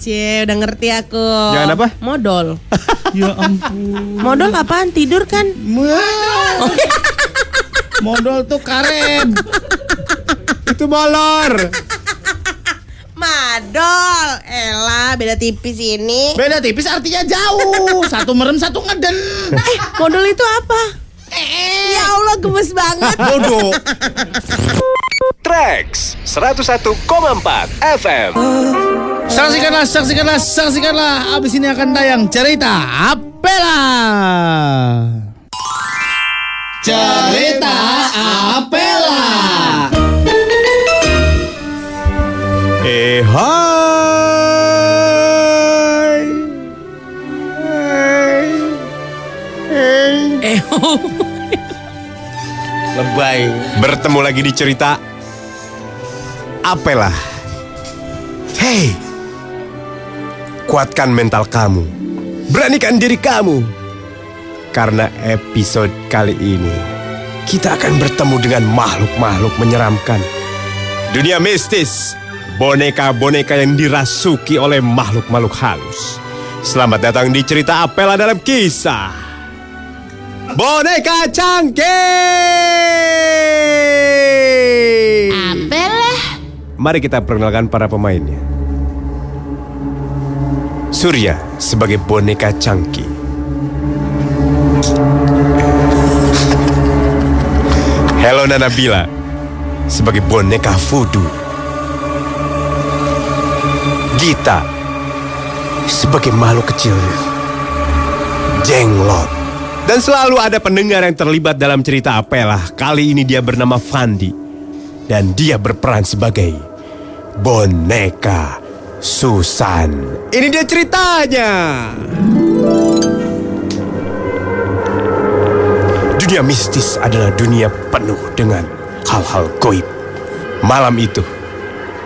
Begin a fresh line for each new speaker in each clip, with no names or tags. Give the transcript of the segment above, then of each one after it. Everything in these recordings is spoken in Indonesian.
Cie, udah ngerti aku.
Jangan apa?
Modal.
ya ampun.
Modal apaan? Tidur kan?
Wah. Modal tuh karet.
Itu molor.
Madol. Ella, beda tipis ini.
Beda tipis artinya jauh. Satu merem, satu ngeden.
eh, modal itu apa? Ya Allah, gemes banget.
Bodoh.
Tracks 101,4 FM.
Saksikanlah, saksikanlah, saksikanlah. Abis ini akan tayang cerita Apela. Cerita Apela.
Eh hai. Hai. Hai.
eh, oh.
Lebay. Bertemu lagi di cerita Apelah. Hei. Kuatkan mental kamu. Beranikan diri kamu. Karena episode kali ini kita akan bertemu dengan makhluk-makhluk menyeramkan. Dunia mistis, boneka-boneka yang dirasuki oleh makhluk-makhluk halus. Selamat datang di cerita Apela dalam kisah Boneka Cangkir. Mari kita perkenalkan para pemainnya. Surya sebagai boneka cangki. Helena Nabila sebagai boneka voodoo. Gita sebagai makhluk kecil. Jenglot. Dan selalu ada pendengar yang terlibat dalam cerita apelah. Kali ini dia bernama Fandi. Dan dia berperan sebagai boneka Susan. Ini dia ceritanya. Dunia mistis adalah dunia penuh dengan hal-hal goib. Malam itu,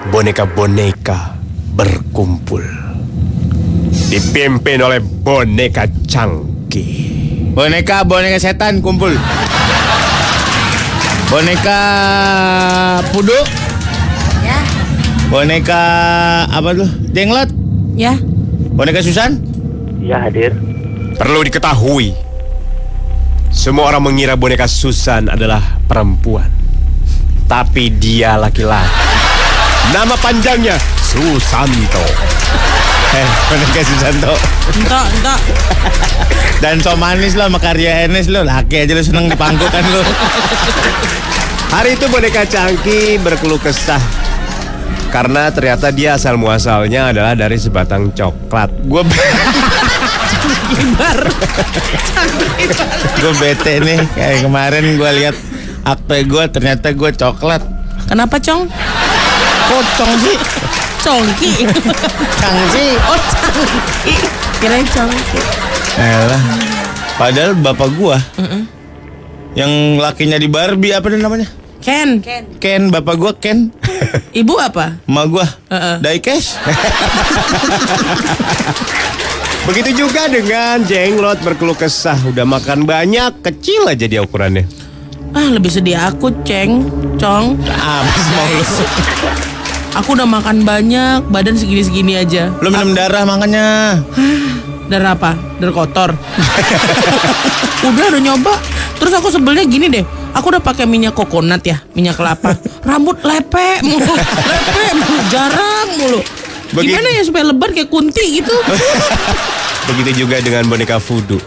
boneka-boneka berkumpul. Dipimpin oleh boneka cangki.
Boneka, boneka setan kumpul. Boneka pudu.
Ya.
Boneka apa tuh? Jenglot.
Ya.
Boneka Susan.
Iya hadir.
Perlu diketahui, semua orang mengira boneka Susan adalah perempuan. Tapi dia laki-laki. Nama panjangnya Susanto.
Eh, boneka Susanto.
Entok, entok.
Dan so manis lo sama karya Enes lo Laki aja lo seneng dipangku kan lo
Hari itu boneka Cangki berkeluh kesah karena ternyata dia asal muasalnya adalah dari sebatang coklat.
Gue Gue bete nih Kayak kemarin gue lihat akte gue ternyata gue coklat
Kenapa, Cong?
Pocong sih
Congki.
Cang sih
Oh, cangki. Kirain congki.
Elah Padahal bapak gue Yang lakinya di Barbie apa dia namanya?
Ken.
Ken, bapak gue Ken
Ibu apa?
Ma gue
Heeh.
Daikes
Begitu juga dengan jenglot berkeluh kesah, udah makan banyak, kecil aja dia ukurannya.
Ah, lebih sedih aku, Ceng. Cong.
Abis mau lu
Aku udah makan banyak, badan segini-segini aja.
Lu minum darah makanya
Dari apa? Dari kotor. udah udah nyoba. Terus aku sebelnya gini deh. Aku udah pakai minyak kokonat ya, minyak kelapa. Rambut lepek mulu, lepek mulu, jarang mulu.
Begitu.
Gimana ya supaya lebar kayak kunti gitu?
Begitu juga dengan boneka Fudu.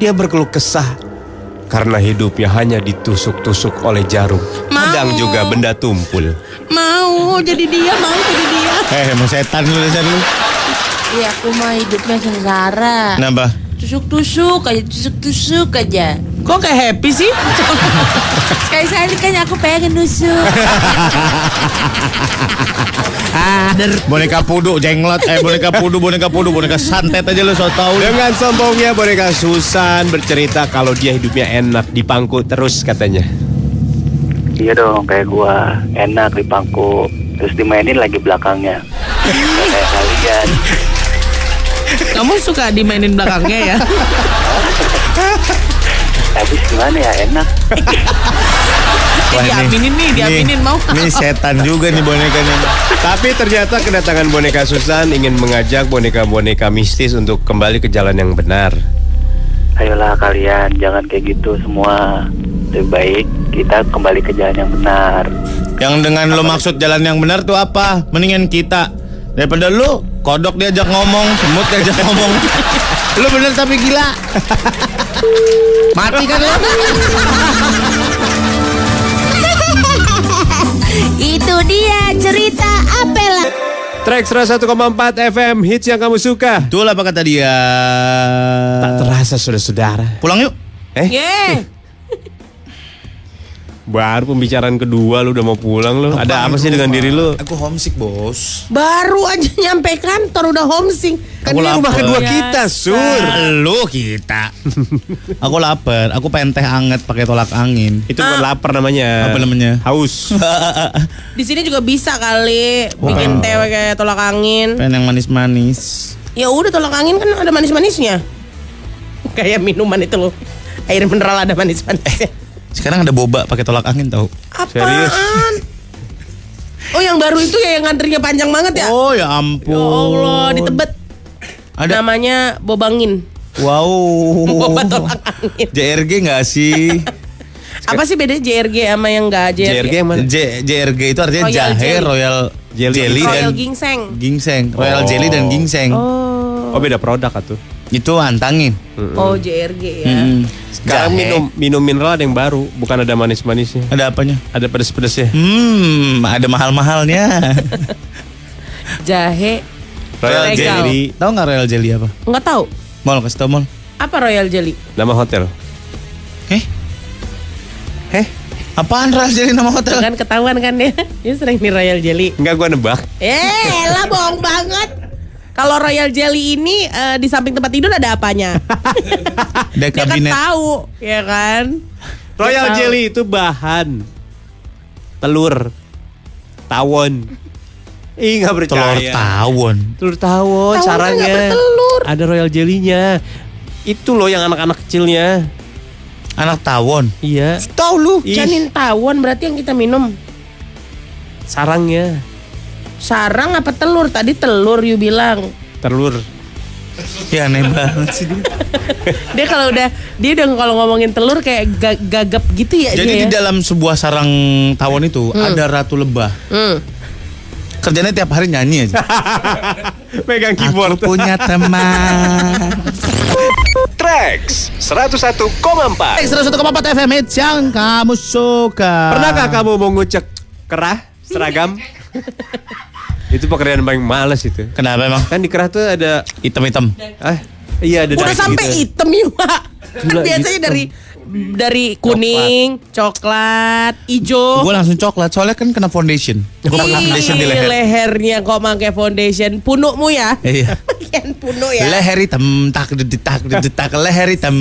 Dia berkeluh kesah karena hidupnya hanya ditusuk-tusuk oleh jarum. Kadang
Mau.
juga benda tumpul.
mau Oh, jadi dia, mau jadi dia.
Eh, emang setan lu dasar lu.
Iya aku mah hidupnya sengsara
Nah.
Kenapa?
Tusuk-tusuk aja, tusuk-tusuk aja
Kok kayak happy sih?
Sekali-sekali kan aku pengen nusuk
Boneka pudu, jenglot, eh boneka pudu, boneka pudu, boneka santet aja lu so tau lu.
Dengan sombongnya boneka Susan bercerita kalau dia hidupnya enak di pangku terus katanya.
Iya dong, kayak gua enak di pangku, terus dimainin lagi belakangnya. Gak kayak kalian.
Kamu suka dimainin belakangnya ya?
Habis gimana ya enak?
Wah, ini-
Eh, diaminin nih, diaminin mau.
Ini setan juga nih bonekanya.
Tapi ternyata kedatangan boneka Susan ingin mengajak boneka-boneka mistis untuk kembali ke jalan yang benar.
Ayolah kalian, jangan kayak gitu semua. Lebih baik kita kembali ke jalan yang benar.
Yang dengan lo maksud jalan yang benar tuh apa? Mendingan kita daripada lu kodok diajak ngomong, semut diajak ngomong. lu bener tapi gila.
Mati kan lo?
Itu dia cerita Apela.
Track 101,4 FM hits yang kamu suka.
Betul apa kata dia?
Tak terasa Eh? saudara-saudara.
Pulang yuk.
Iya, Ye.
Baru pembicaraan kedua lu udah mau pulang lu. Ada apa sih dengan diri lu?
Aku homesick, Bos.
Baru aja nyampe kantor udah homesick.
Aku
Kan ini
lapar.
rumah kedua
Biasa.
kita, Sur.
Lu kita. aku lapar, aku pengen teh anget pakai tolak angin.
Itu bukan
Ah.
lapar namanya.
Apa namanya?
Haus.
Di sini juga bisa kali bikin teh kayak tolak angin.
Pengen yang manis-manis.
Ya udah tolak angin kan ada manis-manisnya. Kayak minuman itu loh. Air mineral ada manis-manisnya.
Sekarang ada boba pakai tolak angin tau.
serius?
Apaan? Oh yang baru itu ya yang ngantrinya panjang banget ya?
Oh ya ampun.
Ya Allah, di Tebet.
Ada.
Namanya Bobangin.
Wow.
Boba tolak angin.
JRG nggak sih?
Apa sih bedanya JRG sama yang enggak JRG?
JRG yang mana?
J- JRG itu artinya
Royal
jahe,
Jelly.
royal
Jelly.
jelly,
Royal
dan
Ginseng.
ginseng, royal
Oh.
jelly dan ginseng.
Oh beda produk atuh.
Itu antangin.
Oh JRG ya.
Mm-mm. Jahe.
Sekarang minum minum mineral ada yang baru, bukan ada manis-manisnya.
ada apanya?
Ada pedes-pedesnya.
Hmm, ada mahal-mahalnya.
Jahe.
Royal
Legal.
Jelly
Tahu nggak royal jelly apa?
Nggak tahu.
Mall kasih tau mall.
Apa Royal Jelly?
nama hotel.
Eh? Eh? Apaan royal jelly nama hotel?
Kan ketahuan kan dia. Dia sering di Royal Jelly.
Enggak gua nebak.
Eh, lah bohong banget. Kalau Royal Jelly ini eh, di samping tempat tidur ada apanya?
Ada
dia kan
kabinet.
tahu, ya kan?
Royal
Tahu.
jelly itu bahan telur tawon. Ih nggak percaya.
Telur tawon.
Telur tawon,
Tawon kan
caranya.
nggak bertelur.
Ada royal jelly-nya. Itu loh yang anak-anak kecilnya.
Anak tawon.
Iya.
Tahu lu?
Ih,
Janin tawon berarti yang kita minum.
sarangnya.
Sarang apa telur? Tadi telur you bilang.
Telur.
Ya aneh banget sih dia.
Dia kalau udah dia udah kalau ngomongin telur kayak ga- gagap gitu ya
Jadi
dia
di
ya.
dalam sebuah sarang tawon itu ada ratu lebah.
Hmm.
Kerjanya tiap hari nyanyi aja.
Pegang keyboard.
Aku punya teman.
Tracks 101,4
Ekstra 1,4 FM hits yang kamu suka.
Pernahkah kamu mau ngucek kerah seragam? itu pekerjaan paling males itu.
Kenapa emang?
Kan di kerah tuh ada
Hitam-hitam.
ah iya ada
Udah
daging
sampai
ya?
gitu.
hitam juga. Kan
Gila,
biasanya
hitam.
dari dari kuning, coklat, hijau.
Gue langsung coklat, soalnya kan kena foundation. Gue pakai foundation di leher.
lehernya kok pakai foundation punukmu ya
Iya.
bagian punuk ya
Leher hitam, tak detak detak leher hitam.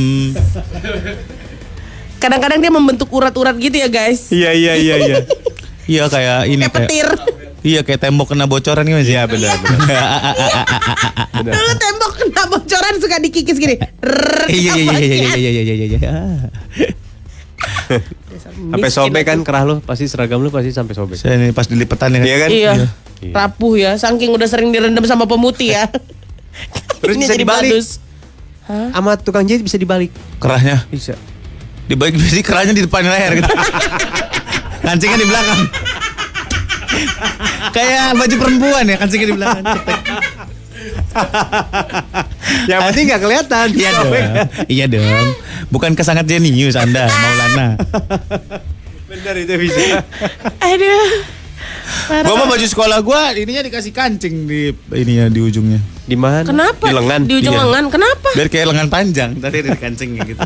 kadang-kadang dia membentuk urat-urat gitu ya guys
Iya iya iya iya.
Iya kayak ini
kayak petir
Iya kayak tembok kena bocoran gitu Iya benar.
dulu tembok kena bocoran suka dikikis gini
Eh,
Iya iya iya iya iya iya iya iya.
sampai sobek kan kerah lu, pasti seragam lu pasti sampai sobek.
Saya ini pas dilipetan ya.
Iya kan?
iya
Iya.
rapuh ya saking udah sering direndam sama pemutih ya
Terus
Ini
bisa dibalik.
baldus.
Sama tukang jahit bisa dibalik.
Kerahnya
Bisa.
dibalik besi kerahnya di depan leher gitu. Kancingnya di belakang. Kayak baju perempuan ya, kancingnya di belakang. Cetek.
Yang penting nggak kelihatan.
Iya dong. Iya dong. Bukankah sangat jenius Anda, Maulana?
Benar itu bisa.
aduh
Gua mah baju sekolah gua ininya dikasih kancing di ininya di ujungnya.
Di mana?
kenapa
Di lengan.
di ujung
Iya.
lengan kenapa
Biar kayak lengan panjang, tadi ada di kancingnya gitu.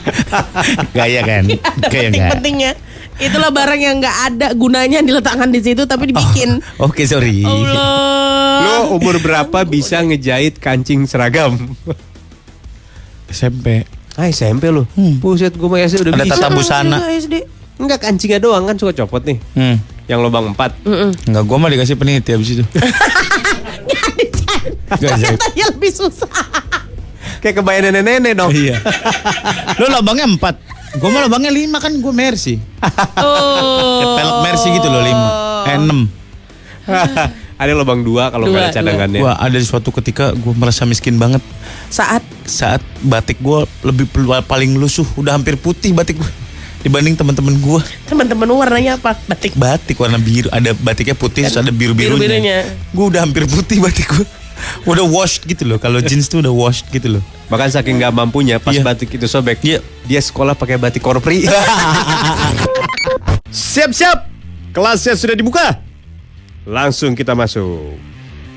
Gaya kan?
ada
Gaya nggak?
penting-pentingnya itulah barang yang nggak ada gunanya diletakkan di situ tapi
Ah,
dibikin
Oh, Oke, sorry.
iya.
Allah
Lo umur berapa bisa ngejahit kancing seragam?
SMP.
Ah SMP lo. Buset gue mah SD udah
Ada
bisa.
tata busana.
Juga SD.
Enggak kancingnya doang kan suka copot nih.
Hmm.
Yang lobang 4.
Enggak, gua mah dikasih peniti abis itu. Gak jahit.
Katanya Ya, lebih susah.
Kayak kebayang nenek-nenek dong.
Iya. Lu lubangnya empat. Gue mah lubangnya lima kan gue Mercy.
Oh.
Kayak pelek Mercy gitu loh lima. Eh, enam.
ada lubang dua kalau
Dua,
nggak ada cadangannya.
Wah ada suatu ketika gue merasa miskin banget
Saat
saat batik gue lebih pel- paling lusuh udah hampir putih batik gue dibanding teman-teman gue
teman-teman warnanya apa? Batik.
batik warna biru ada batiknya putih terus ada biru birunya
Biru-birunya.
gue udah hampir putih batik gue udah washed gitu loh kalau jeans tuh udah washed gitu loh
Bahkan saking nggak mampunya pas
Iya.
batik itu sobek,
Iya.
dia sekolah pakai batik korpri. Siap-siap, kelasnya sudah dibuka. Langsung kita masuk.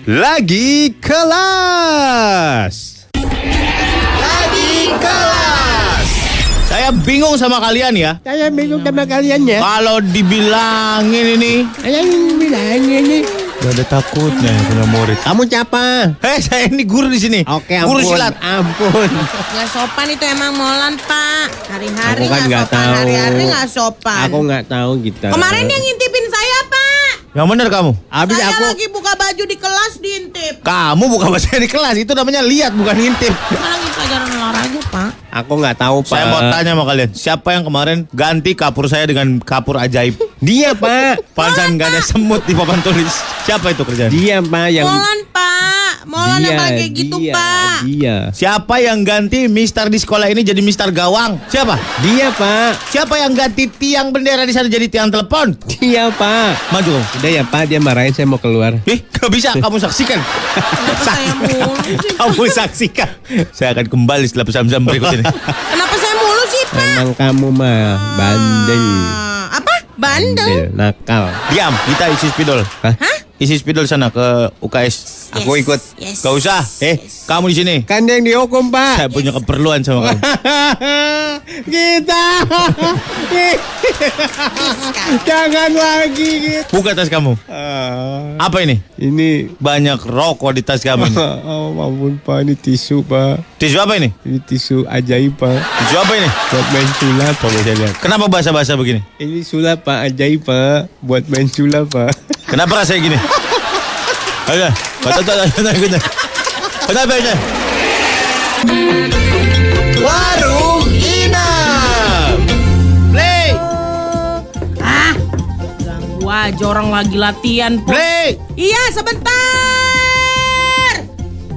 Lagi kelas.
saya bingung sama kalian ya
Saya bingung sama kalian ya.
kalau dibilangin ini gak ada takutnya ya punya murid
Kamu siapa?
eh saya ini guru di sini guru silat
Ampun.
Nggak sopan itu emang molan, Pak. Hari-hari
Aku kan
nggak
nggak
sopan,
tahu.
hari-hari nggak sopan.
nggak tahu gitu.
Kemarin yang ngintipin saya, Pak.
yang bener kamu
Habis
saya
aku
lagi buka baju di kelas diintip.
kamu bukan bahasa di kelas itu namanya lihat bukan ngintip
Kita lagi pelajaran olahraga, Pak.
aku nggak tahu pak.
Saya mau tanya sama kalian, siapa yang kemarin ganti kapur saya dengan kapur ajaib?
Dia pak.
Pansan gak ada semut di papan tulis. Siapa itu kerjaan?
Dia pak yang
Molan, Pak. Molan yang kayak gitu,
dia,
Pak.
Dia.
Siapa yang ganti mister di sekolah ini jadi mister gawang? Siapa?
Dia pak.
Siapa yang ganti tiang bendera di sana jadi tiang telepon?
Iya pak.
Maju kamu.
Udah ya pak, dia marahin saya mau keluar.
Ih, gak bisa. Kamu saksikan.
Kenapa saya mulu sih?
Kamu saksikan. Saya akan kembali setelah pesan-pesan berikut ini.
Kenapa saya mulu sih, Pak?
Emang kamu mah bandel,
Ah, Apa? Bandel?
nakal.
Diam, kita isi spidol.
Hah?
Isi spidol sana ke UKS.
Yes, Aku ikut. yes,
Gak usah. Eh,
yes.
kamu di sini.
Kan dia yang dihukum pak.
Saya punya keperluan sama kamu.
kita jangan lagi gitu.
Buka tas kamu. Apa ini?
Ini
Banyak rokok di tas kamu. ini.
Oh ampun pak, ini tisu pak.
Tisu apa ini?
Ini tisu ajaib pak.
Tisu apa ini?
Buat main sulap pak bisa lihat.
Kenapa bahasa-bahasa begini?
Ini sulap pak ajaib pak. Buat main sulap pak.
Kenapa rasanya gini? Ayo, betul betul betul betul. Betul betul. Warung Inam. Play,
Ah. Ganggu aja orang lagi latihan, Pak.
play.
Iya, sebentar.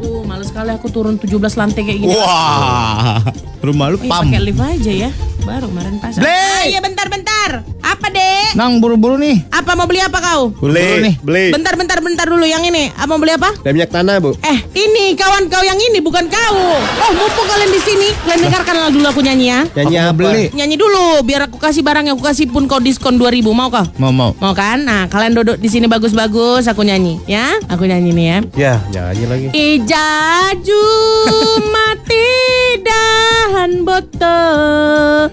Tuh, males sekali aku turun 17 lantai kayak gini.
Wah, rumah lu
Iya,
pam.
pakai lift aja ya. Baru kemarin pasar.
Bleh!
Ah, Iya, bentar-bentar. Apa, Dek?
Nang buru-buru nih.
Apa mau beli apa kau?
Buru-buru nih.
beli.
Bentar, bentar, bentar dulu yang ini. Apa mau beli apa?
Dan minyak tanah bu.
Eh, ini kawan kau yang ini bukan kau. Oh, mumpung kalian di sini, kalian dengarkanlah dulu aku nyanyi ya.
Nyanyi apa?
Nyanyi dulu, biar aku kasih barang yang aku kasih pun kau diskon 2000, mau kau?
Mau mau.
Mau kan? Nah, kalian duduk di sini bagus-bagus, aku nyanyi ya. Aku nyanyi nih ya.
Ya nyanyi lagi.
Ijaju mati dan bote.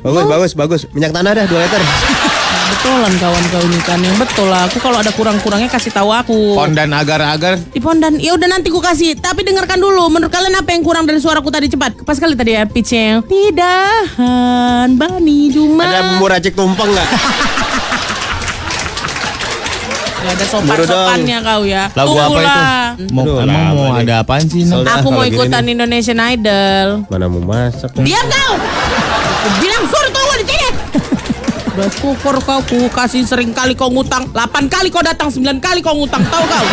Oh.
Bagus bagus bagus. Minyak tanah dah dua liter.
Nah, betulan kawan kau ini kan yang betul lah. Aku kalau ada kurang-kurangnya kasih tahu aku.
Pondan agar-agar.
Di pondan. Ya udah nanti ku kasih. Tapi dengarkan dulu. Menurut kalian apa yang kurang dari suaraku tadi cepat? Pas kali tadi ya pitchnya. Tidahan bani juma.
Ada bumbu racik tumpeng nggak?
Gak ada sopan-sopannya kau ya.
Lagu apa itu?
Tunggulah.
Mau
Aduh,
emang
lama
mau
nih.
ada apaan sih? Nang?
Saudara.
Aku mau
kalau gini
ikutan Indonesian Idol.
Mana mau masak?
Diam kau! Aku bilang suruh tunggu di sini! Udah syukur kau, ku kasih sering kali kau ngutang. 8 kali kau datang, 9 kali kau ngutang, tahu kau?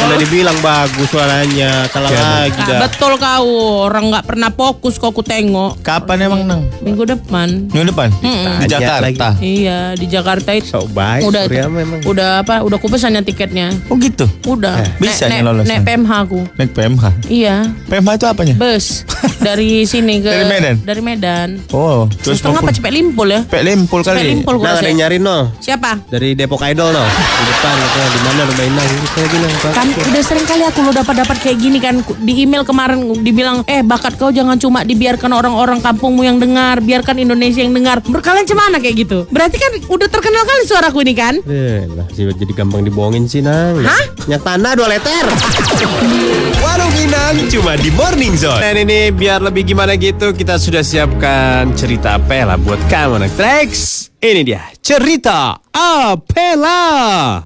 Udah dibilang bagus suaranya. Iya, Salah lagi
Nah, betul kau, orang nggak pernah fokus kau ku tengok.
Kapan emang nang?
Minggu depan.
Minggu depan di
Ajak
Jakarta.
Iya, di Jakarta itu.
Sok baik.
udah,
Surya memang.
udah apa, udah kupesannya tiketnya.
Oh gitu.
Udah.
bisa
Nek-
nih lolos.
Nek, nek PMH aku.
Naik PMH.
Iya,
PMH itu apanya?
bus. dari sini ke...
Dari Medan?
Dari Medan.
Oh,
Setengah apa cepet limpul ya?
Pek limpul
Cepet
kali.
Nah,
limpul gua
ada yang
rasa.
nyari no.
Siapa?
Dari Depok Idol no. Di depan katanya di mana rumah Inang. Ini saya bilang Pak.
kan udah sering kali aku lo dapat dapat kayak gini kan Ku- di email kemarin dibilang eh bakat kau jangan cuma dibiarkan orang-orang kampungmu yang dengar biarkan Indonesia yang dengar menurut kalian cemana kayak gitu berarti kan udah terkenal kali suaraku ini kan
Eh, lah, sih, jadi gampang dibohongin sih, Nang.
Hah?
Minyak tanah dua liter.
Warung Inang cuma di Morning Zone.
Dan ini biar lebih gimana gitu, kita sudah siapkan cerita Pela buat kamu, anak Trax. Ini dia, cerita Apela.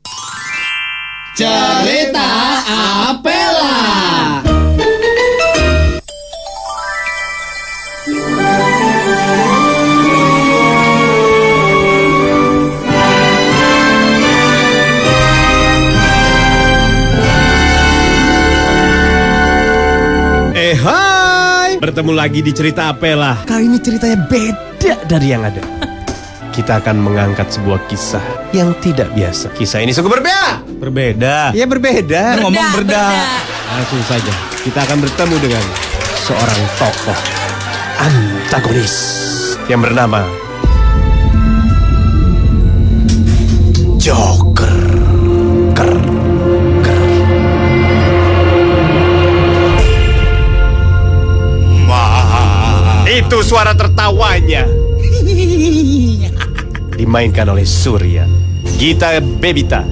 Eh,
Bertemu lagi di cerita apelah.
Kali ini ceritanya beda dari yang ada. Kita akan mengangkat sebuah kisah yang tidak biasa. Kisah ini sungguh berbeda.
Berbeda.
Ya berbeda.
Ngomong berda.
Langsung saja kita akan bertemu dengan seorang tokoh antagonis yang bernama Joker. Ker. Ker. Itu suara tertawanya dimainkan oleh Surya. Gita Bebita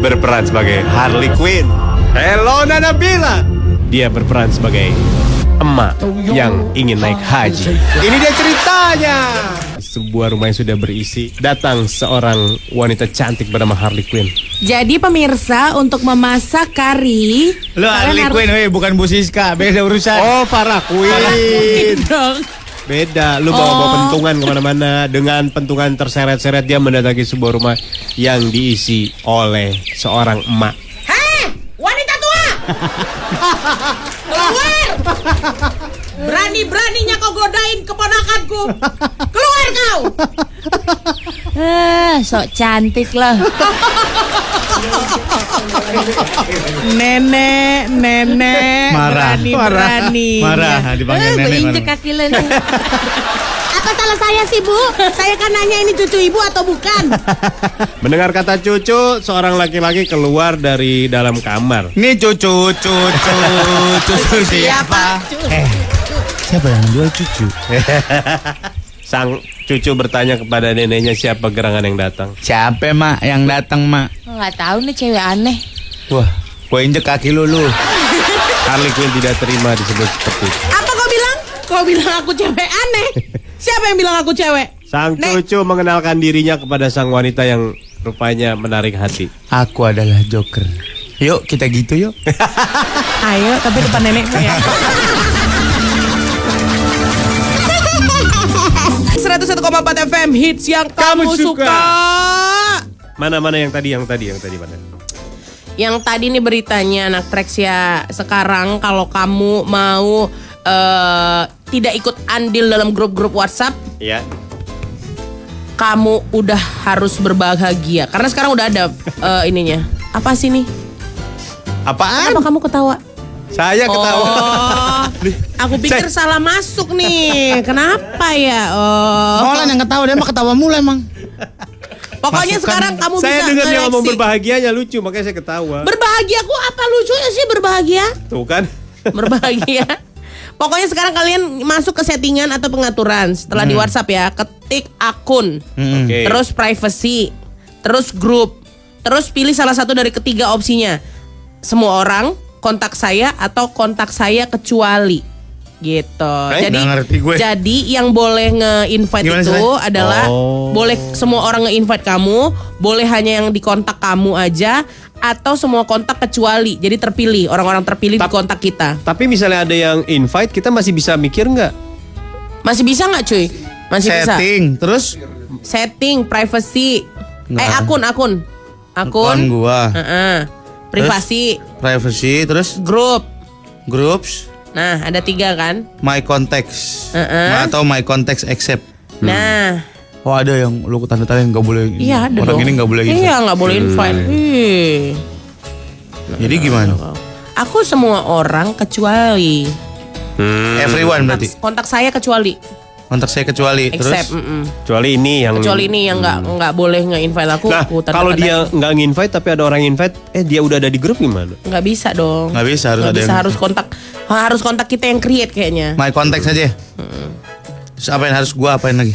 berperan sebagai Harley Quinn. Elona Nabila dia berperan sebagai emak yang ingin naik haji. Ini dia ceritanya. Di sebuah rumah yang sudah berisi datang seorang wanita cantik bernama Harley Quinn.
Jadi pemirsa untuk memasak kari
Lo Harley
kalian harus-
Quinn, weh, bukan Bu Siska. Beda urusan.
Oh Farah Quinn.
dong.
Beda, lu bawa-bawa
Oh.
pentungan kemana-mana Dengan pentungan terseret-seret dia mendatangi sebuah rumah Yang diisi oleh seorang emak
Hei, wanita tua! Keluar! Berani-beraninya kau godain keponakanku! Keluar kau!
Eh, sok cantik loh.
Nenek, nenek,
Marah.
berani-berani.
Marah, dipanggil
Eh,
nenek.
injek
baru.
kaki lo nih.
Apa salah saya sih bu? Saya kan nanya ini cucu ibu atau bukan?
Mendengar kata cucu, seorang laki-laki keluar dari dalam kamar
Ini cucu, cucu, cucu siapa? Eh, siapa yang jual cucu?
Sang cucu bertanya kepada neneknya siapa gerangan yang datang
Siapa mak yang datang mak?
Enggak tahu nih cewek aneh.
Wah, gue injek kaki lu lu.
Harley Quinn tidak terima disebut seperti itu
Apa kau bilang? Kau bilang aku cewek aneh? Siapa yang bilang aku cewek?
Sang
Nek.
cucu mengenalkan dirinya kepada sang wanita yang rupanya menarik hati
Aku adalah Joker. Yuk kita gitu yuk.
Ayo, tapi depan nenekmu ya. 101,4 FM hits yang kamu,
Kamu suka.
suka.
Mana-mana yang tadi, yang tadi, yang tadi mana?
Yang tadi nih beritanya anak Treksia sekarang kalau kamu mau eh, tidak ikut andil dalam grup-grup WhatsApp,
Ya,
kamu udah harus berbahagia karena sekarang udah ada eh, ininya. Apa sih nih?
apaan?
Kenapa kamu ketawa?
Saya ketawa
Oh, aku pikir salah masuk nih. Kenapa ya? Oh.
Molan yang ketawa dia mah ketawa mulu emang.
Pokoknya
Masukkan.
sekarang kamu
Saya
bisa
dengar dia ngomong
seleksi.
berbahagianya lucu, makanya saya ketawa
Berbahagia ku apa lucunya sih berbahagia?
Tuh kan?
Berbahagia. Pokoknya sekarang kalian masuk ke settingan atau pengaturan setelah
Hmm.
di WhatsApp ya, ketik akun,
Oke.
terus privacy, terus grup, terus pilih salah satu dari ketiga opsinya. Semua orang, kontak saya atau kontak saya kecuali gitu.
Eh,
jadi
nggak ngerti gue.
jadi yang boleh nge-invite
Gimana
itu
sih?
adalah
Oh.
boleh semua orang nge-invite kamu, boleh hanya yang di kontak kamu aja atau semua kontak kecuali. Jadi terpilih orang-orang terpilih di kontak kita.
Tapi misalnya ada yang invite, kita masih bisa mikir nggak?
Masih bisa nggak cuy? Masih bisa.
Setting terus
Setting privacy.
Nggak.
Eh akun akun. Akun.
Akun gua.
Heeh. Privasi,
privacy terus
grup.
groups
Nah, ada tiga kan?
my contacts
Heeh.
atau my contacts except.
Nah,
Oh ada yang lu tanda tanda nggak boleh. ini.
iya ada
Orang
dong.
ini nggak boleh gitu.
Iya, nggak boleh invite. Ih.
Jadi gimana?
Aku semua orang kecuali
Everyone berarti.
kontak saya kecuali
Kontak saya kecuali terus.
except mm-mm.
Kecuali ini yang
Hmm.
kecuali ini yang nggak nggak boleh nge-invite aku
Nah,
aku tanda-
kalau
tanda-
dia nggak nginvite tapi ada orang invite, eh dia udah ada di grup gimana?
nggak bisa dong
Nggak bisa, harus
Nggak
ada
bisa,
yang-
harus kontak harus kontak kita yang create kayaknya
My contact saja. Terus apa yang harus gua apain lagi?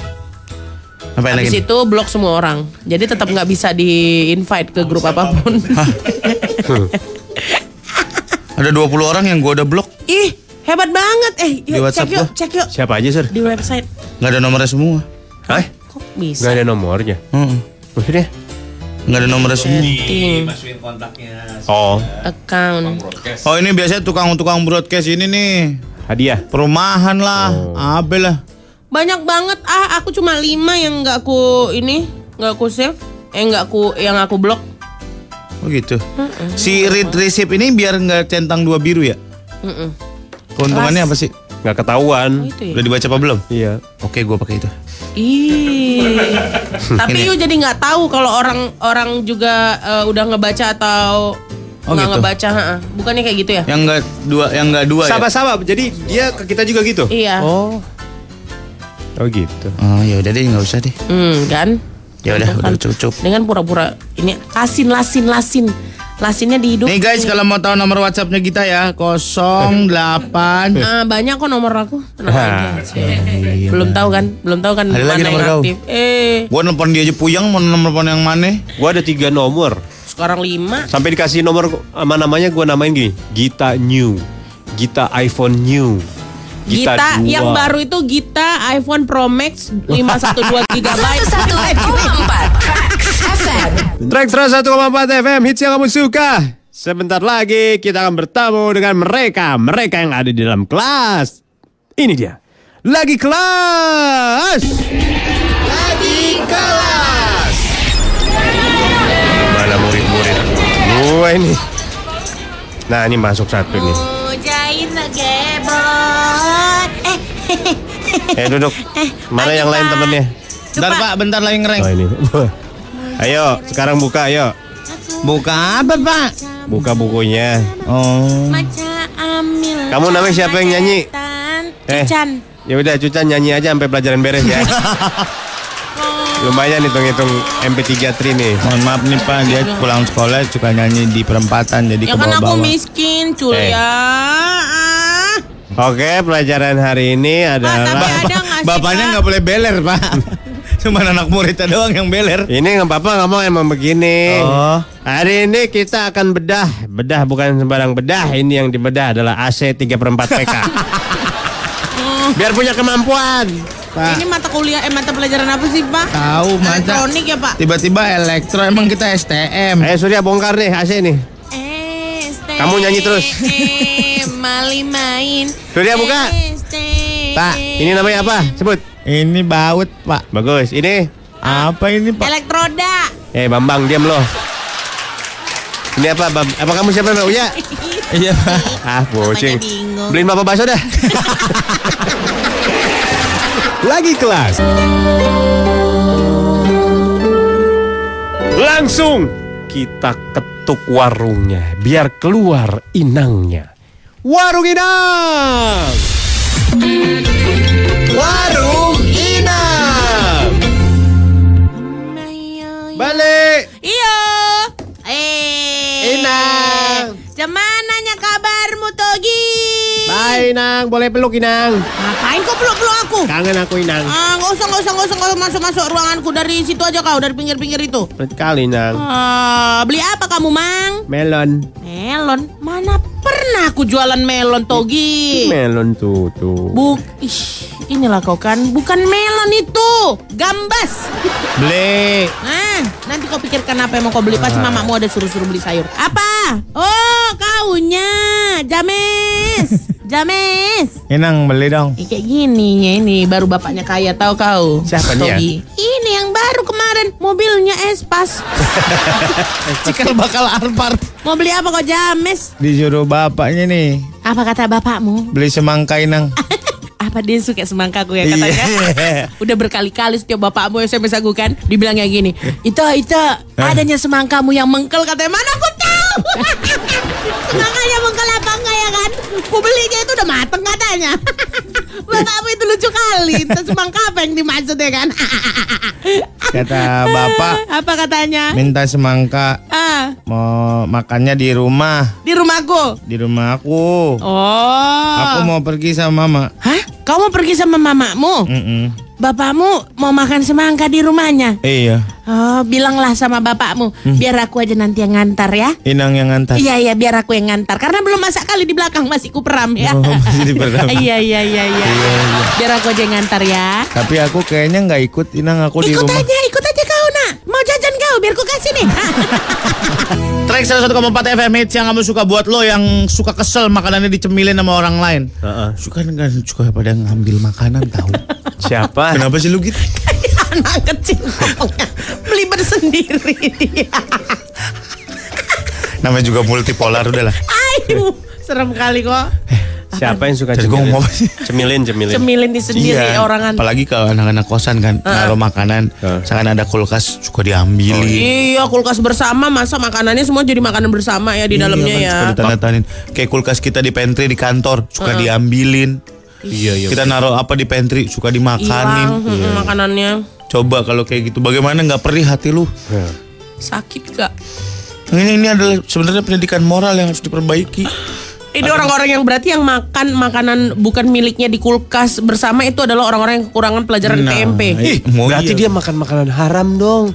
Apain
Habis
lagi?
itu blok semua orang. Jadi tetap nggak bisa di invite ke grup apapun.
Hmm.
Ada 20 orang yang gua udah blok.
Ih, hebat banget. Eh,
Di
yuk,
WhatsApp
cek yuk,
gua.
cek yuk
Siapa aja, Sir?
di website.
Nggak ada nomornya semua.
Hah?
Kok
Nggak
bisa?
ada nomornya.
Heeh.
Maksudnya?
Nggak ada nomornya semua.
Ting,
Oh,
account.
Oh ini biasanya tukang-tukang broadcast ini nih
hadiah.
perumahan lah, apa lah.
Banyak banget. Ah, aku cuma lima yang nggak ku ini, nggak ku save, eh nggak ku yang aku blok.
Oh gitu. Si read receipt ini biar nggak centang dua biru ya.
Mm-mm.
Keuntungannya apa sih?
nggak ketahuan.
Itu ya.
Udah dibaca apa belum?
Iya.
Oh,
Oke, gua pakai itu.
Ih. Tapi
Ini.
you jadi nggak tahu kalau orang orang juga eh, udah ngebaca atau
Oh,
nggak
gitu.
ngebaca, ha-ha. bukannya kayak gitu ya?
Yang enggak dua, yang enggak dua ya.
Sama-sama. Jadi dia ke kita juga gitu.
Iya.
Oh. Oh gitu.
Oh, ya udah deh, nggak usah deh.
Hmm, kan?
Ya udah,
Kan?
udah cukup.
Dengan pura-pura ini lasin lasin lasin. Lasinnya dihidupin.
Nih guys, kalau mau tahu nomor WhatsAppnya kita ya 08
Ah, banyak kok nomor aku. Tenang aja. Belum tahu kan? Belum tahu kan
Ya. Iya, Ada lagi nomor
yang
kau?
aktif. Eh,
Gua nelpon dia aja puyeng mau nelpon yang mana?
Gua ada tiga nomor.
sekarang lima.
Sampai dikasih nomor sama namanya gua namain gini. Gita New. Gita iPhone New.
Gita,
dua.
yang baru itu Gita iPhone Pro Max 512 GB.
Satu
eh,
empat Track FM.
Track Trans 1,4 FM hits yang kamu suka. Sebentar lagi kita akan bertemu dengan mereka, mereka yang ada di dalam kelas. Ini dia. Lagi kelas. Lagi kelas. Mana murid-murid? Gue nih. Nah, ini masuk satu nih.
Mujair ngegebot. Eh,
Eh, duduk. Mana yang lain temennya?
Bentar Pak, bentar lagi ngereng.
Oh, ini. Ayo, sekarang buka ayo.
Buka apa Pak?
Buka bukunya.
Oh.
maca amil.
Kamu namanya siapa yang nyanyi? Eh.
Cican.
Ya udah Cucan nyanyi aja sampai pelajaran beres ya. Lumayan hitung-hitung MP3 tri nih.
Mohon maaf nih Pak, dia pulang sekolah suka nyanyi di perempatan jadi
Ya
ke
kan aku
bawah-bawah.
miskin, ya. Culia.
Eh.
Ah.
Oke, pelajaran hari ini
tapi
adalah
ada nggak sih,
Bapaknya
Pak?
nggak boleh beler Pak. Cuma anak muridnya doang yang beler.
ini nggak apa-apa ngomong emang begini.
Oh.
Hari ini kita akan bedah. Bedah bukan sembarang bedah. Ini yang dibedah adalah AC 3 per 4 PK. Biar punya kemampuan.
Pak.
Ini mata kuliah eh mata pelajaran apa sih, Pak?
Tahu masa
Elektronik ya, Pak?
tiba-tiba elektro emang kita
Hmm.
STM.
Ayo Surya bongkar nih AC nih. Kamu nyanyi terus.
E
Mali main.
Surya, buka.
Pak,
Ini namanya apa? Sebut.
Ini baut Pak.
Bagus. Ini
Ah.
Apa ini Pak?
Elektroda.
eh Bambang diam loh. Ini apa? Bam? Apa kamu siapa? Mbak Uya?
Iya Pak.
Ah, bocing.
bingung.
Beliin bapak bakso dah. Lagi kelas. Langsung kita ketuk warungnya biar keluar inangnya. Warung Inang. Warung Inang. Balik.
Iya.
Iyo. Eh.
Inang.
Semananya kabarmu Togi?
Bye Inang, boleh peluk Inang.
Ngapain kok peluk-peluk aku?
Kangen aku Inang.
Ah, nggak usah, nggak usah, nggak usah, nggak usah masuk-masuk ruanganku dari situ aja kau, dari pinggir-pinggir itu.
Berarti kali Inang.
Ah, beli apa kamu, Mang?
Melon.
Melon? Mana pernah aku jualan melon, Togi?
Melon tuh tuh.
Buk, ih, inilah kau kan, bukan melon itu, gambas.
Beli.
Nah, nanti kau pikirkan apa yang mau kau beli, pasti
Ah.
mamamu ada suruh-suruh beli sayur. Apa? Oh, kaunya, James, James.
Inang beli dong.
Eh, kayak gini ya ini, baru bapaknya kaya tahu kau.
Siapa ya? dia?
Togi. Ini yang baru kemarin, mobilnya Espas.
Eh, Cikal bakal Alphard.
Mau beli apa kok James?
Disuruh bapaknya nih
Apa kata bapakmu?
beli semangka Inang.
Apa dia suka semangkaku ya Ah, katanya?
Iya.
Udah berkali-kali setiap bapakmu SMS aku kan Dibilang kayak gini Ito, Ito
Eh?
Adanya semangkamu yang mengkel Katanya mana aku tahu Semangkanya mengkel apa enggak ya kan Aku belinya itu udah mateng katanya Bapakmu itu lucu kali Itu semangka apa yang dimaksud ya kan
Kata Eh, bapak
Apa katanya
minta semangka
ah,
mau makannya di rumah,
Di rumahku
di rumah aku.
Oh
Aku mau pergi sama mama.
Hah? Kau mau pergi sama mamamu?
Mm-mm.
Bapakmu mau makan semangka di rumahnya?
Iya,
Oh, bilanglah sama bapakmu
Hmm.
Biar aku aja nanti yang ngantar ya
Inang yang ngantar.
Iya iya biar aku yang ngantar karena belum masak kali di belakang masih kuperam ya.
Oh, masih diperam.
iya iya iya iya. Biar aku aja yang ngantar ya.
Tapi aku kayaknya nggak ikut Inang aku di
ikut
rumah.
aja, ikut aja kau nak. Mau jajan kau biar ku kasih nih.
Track 101,4 FM hits yang kamu suka buat lo yang suka kesel makanannya dicemilin sama orang lain.
Heeh.
Suka kan suka pada ngambil makanan tahu.
Siapa?
Kenapa sih lu gitu?
Anak kecil ngomongnya beli bersendiri dia.
Namanya juga multipolar udahlah.
Aduh, serem kali kok.
Siapa yang suka
Jagung
cemilin?
apa sih?
Cemilin, cemilin.
Cemilin di sendiri
Iya.
kan?
orangan.
Apalagi kalau anak-anak kosan kan naruh makanan,
Heeh.
seakan ada kulkas suka diambilin.
Iya, kulkas bersama masa makanannya semua jadi makanan bersama ya di
Iya,
dalamnya
kan,
ya.
suka ditandatanganin. Kayak kulkas kita di pantry di kantor suka diambilin. Iya, iya. Kita naruh apa di pantry suka dimakanin.
Hilang mm, makanannya.
Coba kalau kayak gitu bagaimana nggak perih hati lu?
Sakit gak?
Ini ini adalah sebenarnya pendidikan moral yang harus diperbaiki.
Ini orang-orang yang berarti yang makan makanan bukan miliknya di kulkas bersama itu adalah orang-orang yang kekurangan pelajaran
Nah,
PMP.
Ih, mau
Oh, Berarti
iya.
dia makan makanan haram dong.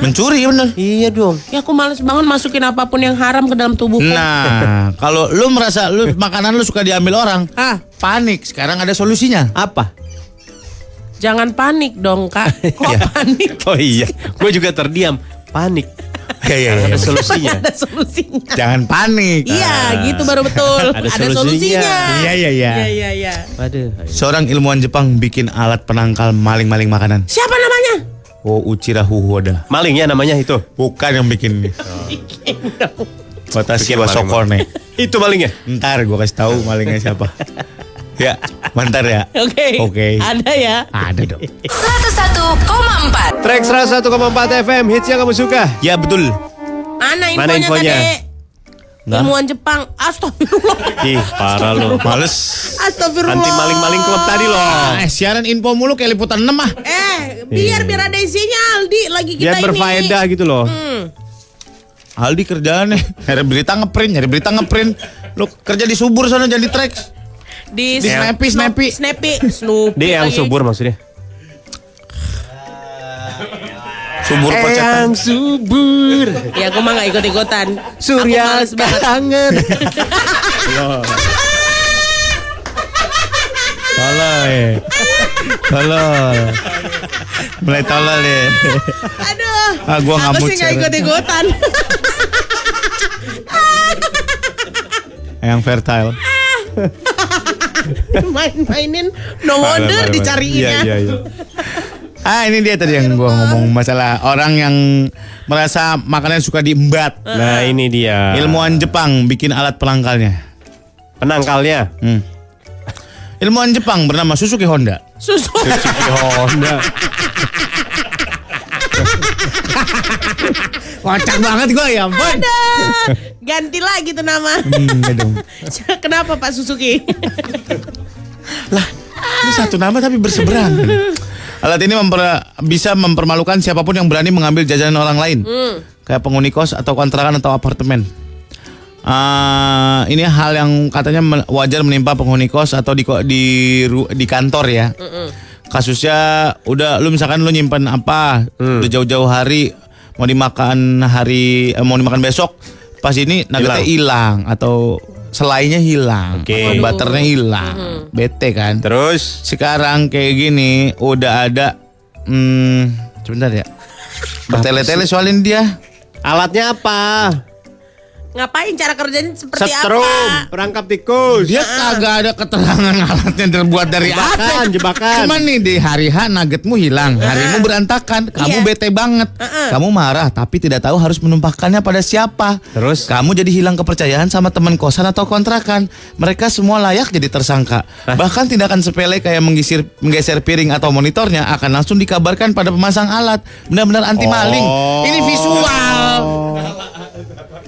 mencuri ya bener.
Iya dong.
Ya aku males banget masukin apapun yang haram ke dalam tubuhku.
Nah, kalau lu merasa lu makanan lu suka diambil orang,
Ah,
panik. Sekarang ada solusinya.
Apa?
jangan panik dong, Kak. Kok panik?
Oh iya, gue juga terdiam. Panik.
Iya, iya, iya.
Ada solusinya.
Ada solusinya.
Jangan Kan panik.
Iya, gitu baru betul. Ada, solusinya.
Ah. Iya, iya, iya.
Iya, iya, iya.
Waduh.
Seorang ilmuwan Jepang bikin alat penangkal maling-maling makanan.
Siapa namanya?
Oh, Uchira Huhoda.
Malingnya ya, namanya itu.
Bukan yang bikin. Kota
Bikin
Siwa Sokone.
Itu malingnya.
Ntar gue kasih tahu malingnya siapa. ya, mantar ya. Eh,
Oke.
Oke.
Ada ya.
Ada dong.
101,4
Track 101,4 FM hits yang kamu suka.
Ya betul.
Mana infonya,
Mana infonya?
tadi? Ilmuwan Jepang. Astagfirullah.
Ih, parah lo.
Males.
Astagfirullah.
Anti maling-maling klub tadi loh.
Eh, siaran info mulu kayak liputan 6 ah.
Eh, biar biar ada isinya Aldi lagi kita
Biar
ini.
berfaedah gitu loh.
Hmm, Aldi kerjaannya nyari berita ngeprint, nyari berita ngeprint. Lu kerja di subur sana jadi track.
Di,
Di Snappy, Snappy.
Snappy, Snoopy.
Dia yang
lagi.
subur maksudnya.
Subur
Eh,
kocetan.
subur,
Ya, aku mah gak ikut-ikutan. Aku
surya
males banget.
kangen.
Tolol ya. Tolol. Mulai tolol ya.
Aduh.
Ah, gua
aku
ngambut
sih gak
siaran.
ikut-ikutan.
Yang fertile.
Main-mainin no wonder ya. dicariinnya.
Iya, iya, iya. Ah ini dia tadi yang gua ngomong masalah orang yang merasa makanan suka diembat.
Nah ini
Ah.
dia.
Ilmuwan Jepang bikin alat pelangkalnya.
penangkalnya.
Hmm. Ilmuwan Jepang bernama Suzuki Honda.
Susu.
Honda.
Kocak banget gua ya ampun.
Aduh. Ganti lagi tuh nama.
Hmm, iya
Enggak dong.
Kenapa Pak Suzuki?
Ini satu nama tapi berseberangan. Alat ini memper- bisa mempermalukan siapapun yang berani mengambil jajanan orang lain. Kayak penghuni kos atau kontrakan atau apartemen. Ah, ini hal yang katanya me- wajar menimpa penghuni kos atau di ko- di ru- di kantor ya. Kasusnya udah lu misalkan lu nyimpan apa udah jauh-jauh hari mau dimakan hari eh, mau dimakan besok pas ini nuggetnya hilang atau selainya hilang
Oke.
atau butternya hilang bete kan
Terus
sekarang kayak gini udah ada hmm, sebentar ya bertele-tele soalin dia
alatnya apa?
Ngapain cara kerjanya seperti
Setrum,
apa?
perangkap tikus.
dia kagak ada keterangan alatnya terbuat dari
Jebakan,
apa
jebakan.
cuman nih di hari H nuggetmu hilang harimu berantakan kamu
Iya.
bete banget kamu marah tapi tidak tahu harus menumpahkannya pada siapa
Terus?
kamu jadi hilang kepercayaan sama teman kosan atau kontrakan mereka semua layak jadi tersangka bahkan tindakan sepele kayak menggisir menggeser piring atau monitornya akan langsung dikabarkan pada pemasang alat benar-benar anti maling ini visual
Oh.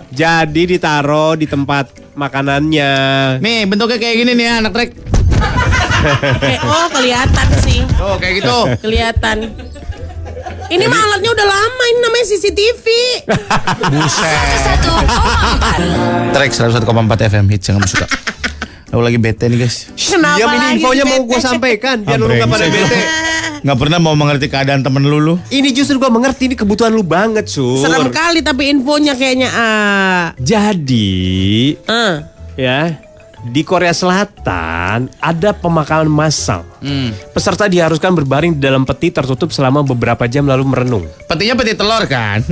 Jadi ditaruh di tempat makanannya.
nih bentuknya kayak gini nih ya, anak trek
Eh, oh, kelihatan sih.
oh kayak gitu
Kelihatan. Ini mah alatnya udah lama, ini namanya CCTV.
101,4
Track 101,4 FM hits yang kamu suka. Aku lagi bete nih guys.
Kenapa
Diam ini
lagi
infonya mau
bete?
gue sampaikan biar
Ah,
lu nggak pada
brengsek.
bete.
Nggak pernah mau mengerti keadaan temen lu lu.
Ini justru gue mengerti ini kebutuhan lu banget sur.
Serem kali tapi infonya kayaknya ah.
Jadi
Ah.
ya di Korea Selatan ada pemakaman massal.
Hmm.
Peserta diharuskan berbaring di dalam peti tertutup selama beberapa jam lalu merenung.
Petinya peti telur kan?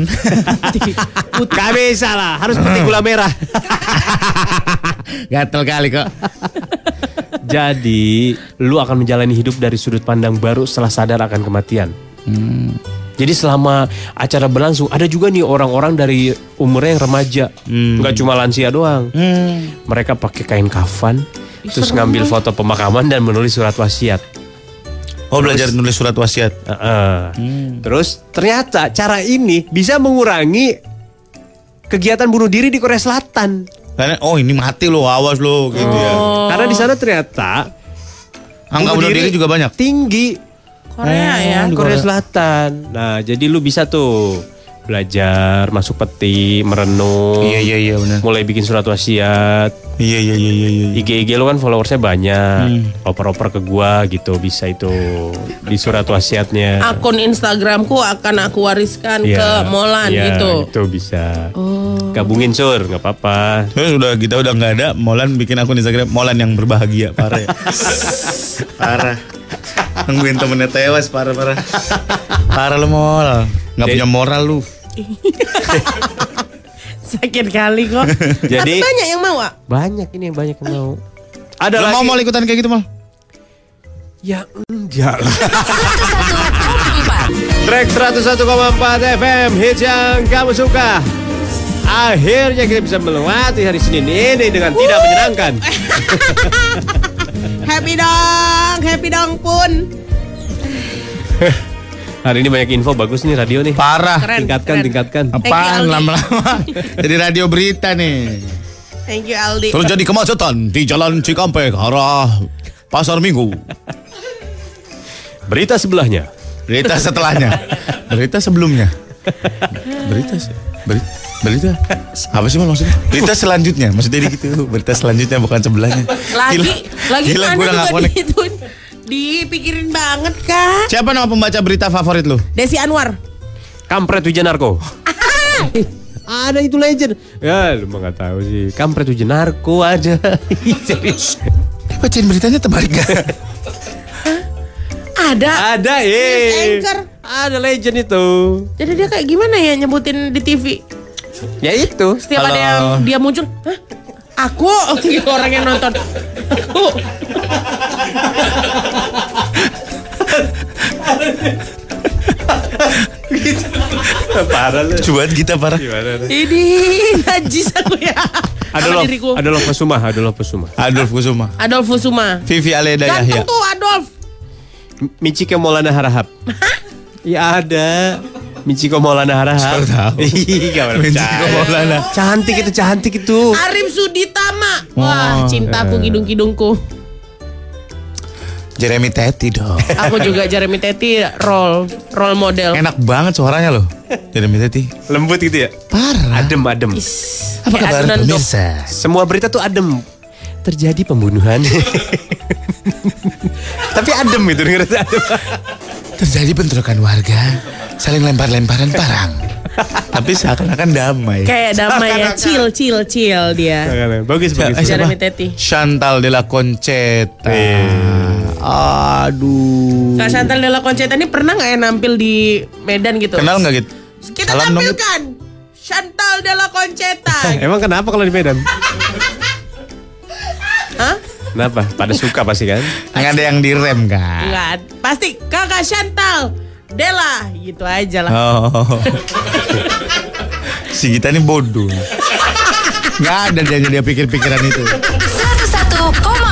Gak bisa lah, harus peti gula merah.
Gatel kali kok.
Jadi, lu akan menjalani hidup dari sudut pandang baru setelah sadar akan kematian. Jadi selama acara berlangsung ada juga nih orang-orang dari umurnya yang remaja, nggak cuma lansia doang. Mereka pakai kain kafan, terus ngambil foto pemakaman dan menulis surat wasiat.
Oh belajar nulis surat wasiat.
Heeh. Terus ternyata cara ini bisa mengurangi kegiatan bunuh diri di Korea Selatan.
Karena oh ini mati lo, awas lo gitu ya.
Karena di sana ternyata
Angka bunuh diri juga banyak.
Tinggi Eh,
Korea ya.
Ya. Korea Selatan. Nah, jadi lu bisa tuh belajar masuk peti, merenung.
Iya, iya, iya, benar.
Mulai bikin surat wasiat.
Iya iya iya iya. iya.
IG IG lu kan followersnya banyak. Oper-oper ke gua gitu bisa itu di surat wasiatnya.
Akun Instagramku akan aku wariskan
Eh. Iya,
ke Molan
iya,
gitu. Oh.
Itu bisa. Gabungin sur, nggak apa-apa.
Terus udah kita udah nggak ada, Molan bikin akun Instagram Molan yang berbahagia parah. ya. parah. Nungguin temennya tewas parah parah. Parah lo Mol. Nggak punya moral lu.
Sakit kali kok.
Jadi-
Tapi banyak yang mau, Wak.
Banyak ini yang banyak yang mau. Ada
Lo
lagi.
mau Mol ikutan kayak gitu Mol?
Ya, enggak lah.
101,4
Track 101,4 FM Hits yang kamu suka Akhirnya kita bisa melewati hari Senin ini Dengan tidak menyenangkan
Happy dong, happy dong pun.
Hari ini banyak info bagus nih radio nih
Parah.
Keren.
Tingkatkan, tingkatkan
Thank
Apaan
you, Aldi.
lama-lama Jadi radio berita nih
Thank you Aldi.
Terjadi kemacetan di jalan Cikampek arah Pasar Minggu
Berita sebelahnya
Berita setelahnya Berita sebelumnya Berita se- beri- Berita Apa sih Mol, maksudnya? Berita selanjutnya Maksudnya gitu Berita selanjutnya bukan sebelahnya
Lagi,
Gila.
lagi
Gila, gua
mana
udah
juga
nggak connect.
gitu. Dipikirin banget kak.
Siapa nama pembaca berita favorit lu?
Desi Anwar.
Kampret Wijanarko Eh, Ada itu legend Ya lu mah gak tau sih Kampret Wijanarko ada Serius
Eh, Bacain beritanya terbalik gak?
Ada.
Ada
News
eh
anchor.
Ada legend itu
Jadi dia kayak gimana ya nyebutin di TV?
Ya itu
Setiap ada yang dia muncul, Hah? Aku gitu orang yang nonton. Aku.
Parah lu
Cuan kita parah
Ini najis aku ya.
Ada
Sama
lo,
diriku.
ada lo pesumah, ada lo pesumah
Adolf Kusuma
Adolf Suma.
Vivi Aleda Yahya
Ganteng tuh Adolf.
Michiko Maulana Harahap. Iya ada. Michiko Maulana Harahap.
Baru tahu.
Ih, gak pernah
Benci
percaya.
Maulana.
Cantik itu, cantik itu.
Arif Suditama. Wah,
eh.
cintaku kidung-kidungku.
Jeremy Teti dong
Aku juga Jeremy Teti role role model.
Enak banget suaranya loh Jeremy Teti
Lembut gitu ya.
Parah
Adem, adem.
Apa
Kayak
kabar
adonan dok.
pemirsa?
Semua berita tuh adem. Terjadi pembunuhan. Tapi adem itu denger adem.
Terjadi bentrokan warga Saling lempar-lemparan parang Tapi seakan-akan damai
Kayak damai ya, chill chill chill dia.
Bagus,
Eh, siapa?
bagus.
Jeremy Teti.
Chantal de la Concetta Iya. Aduh
Kak Chantal Della Concetta ini pernah nggak ya nampil di Medan gitu?
Kenal gak gitu?
Kita
Salam dong, Git.
tampilkan Chantal Della Concetta.
Ya, Emang kenapa kalau di Medan?
Hah?
Kenapa? Pada suka pasti kan?
Nggak ada yang direm kan?
Enggak, pasti Kakak Chantal Della gitu aja lah.
Oh. si Gita ini bodoh. Gak ada dia dia pikir-pikiran itu.
101,4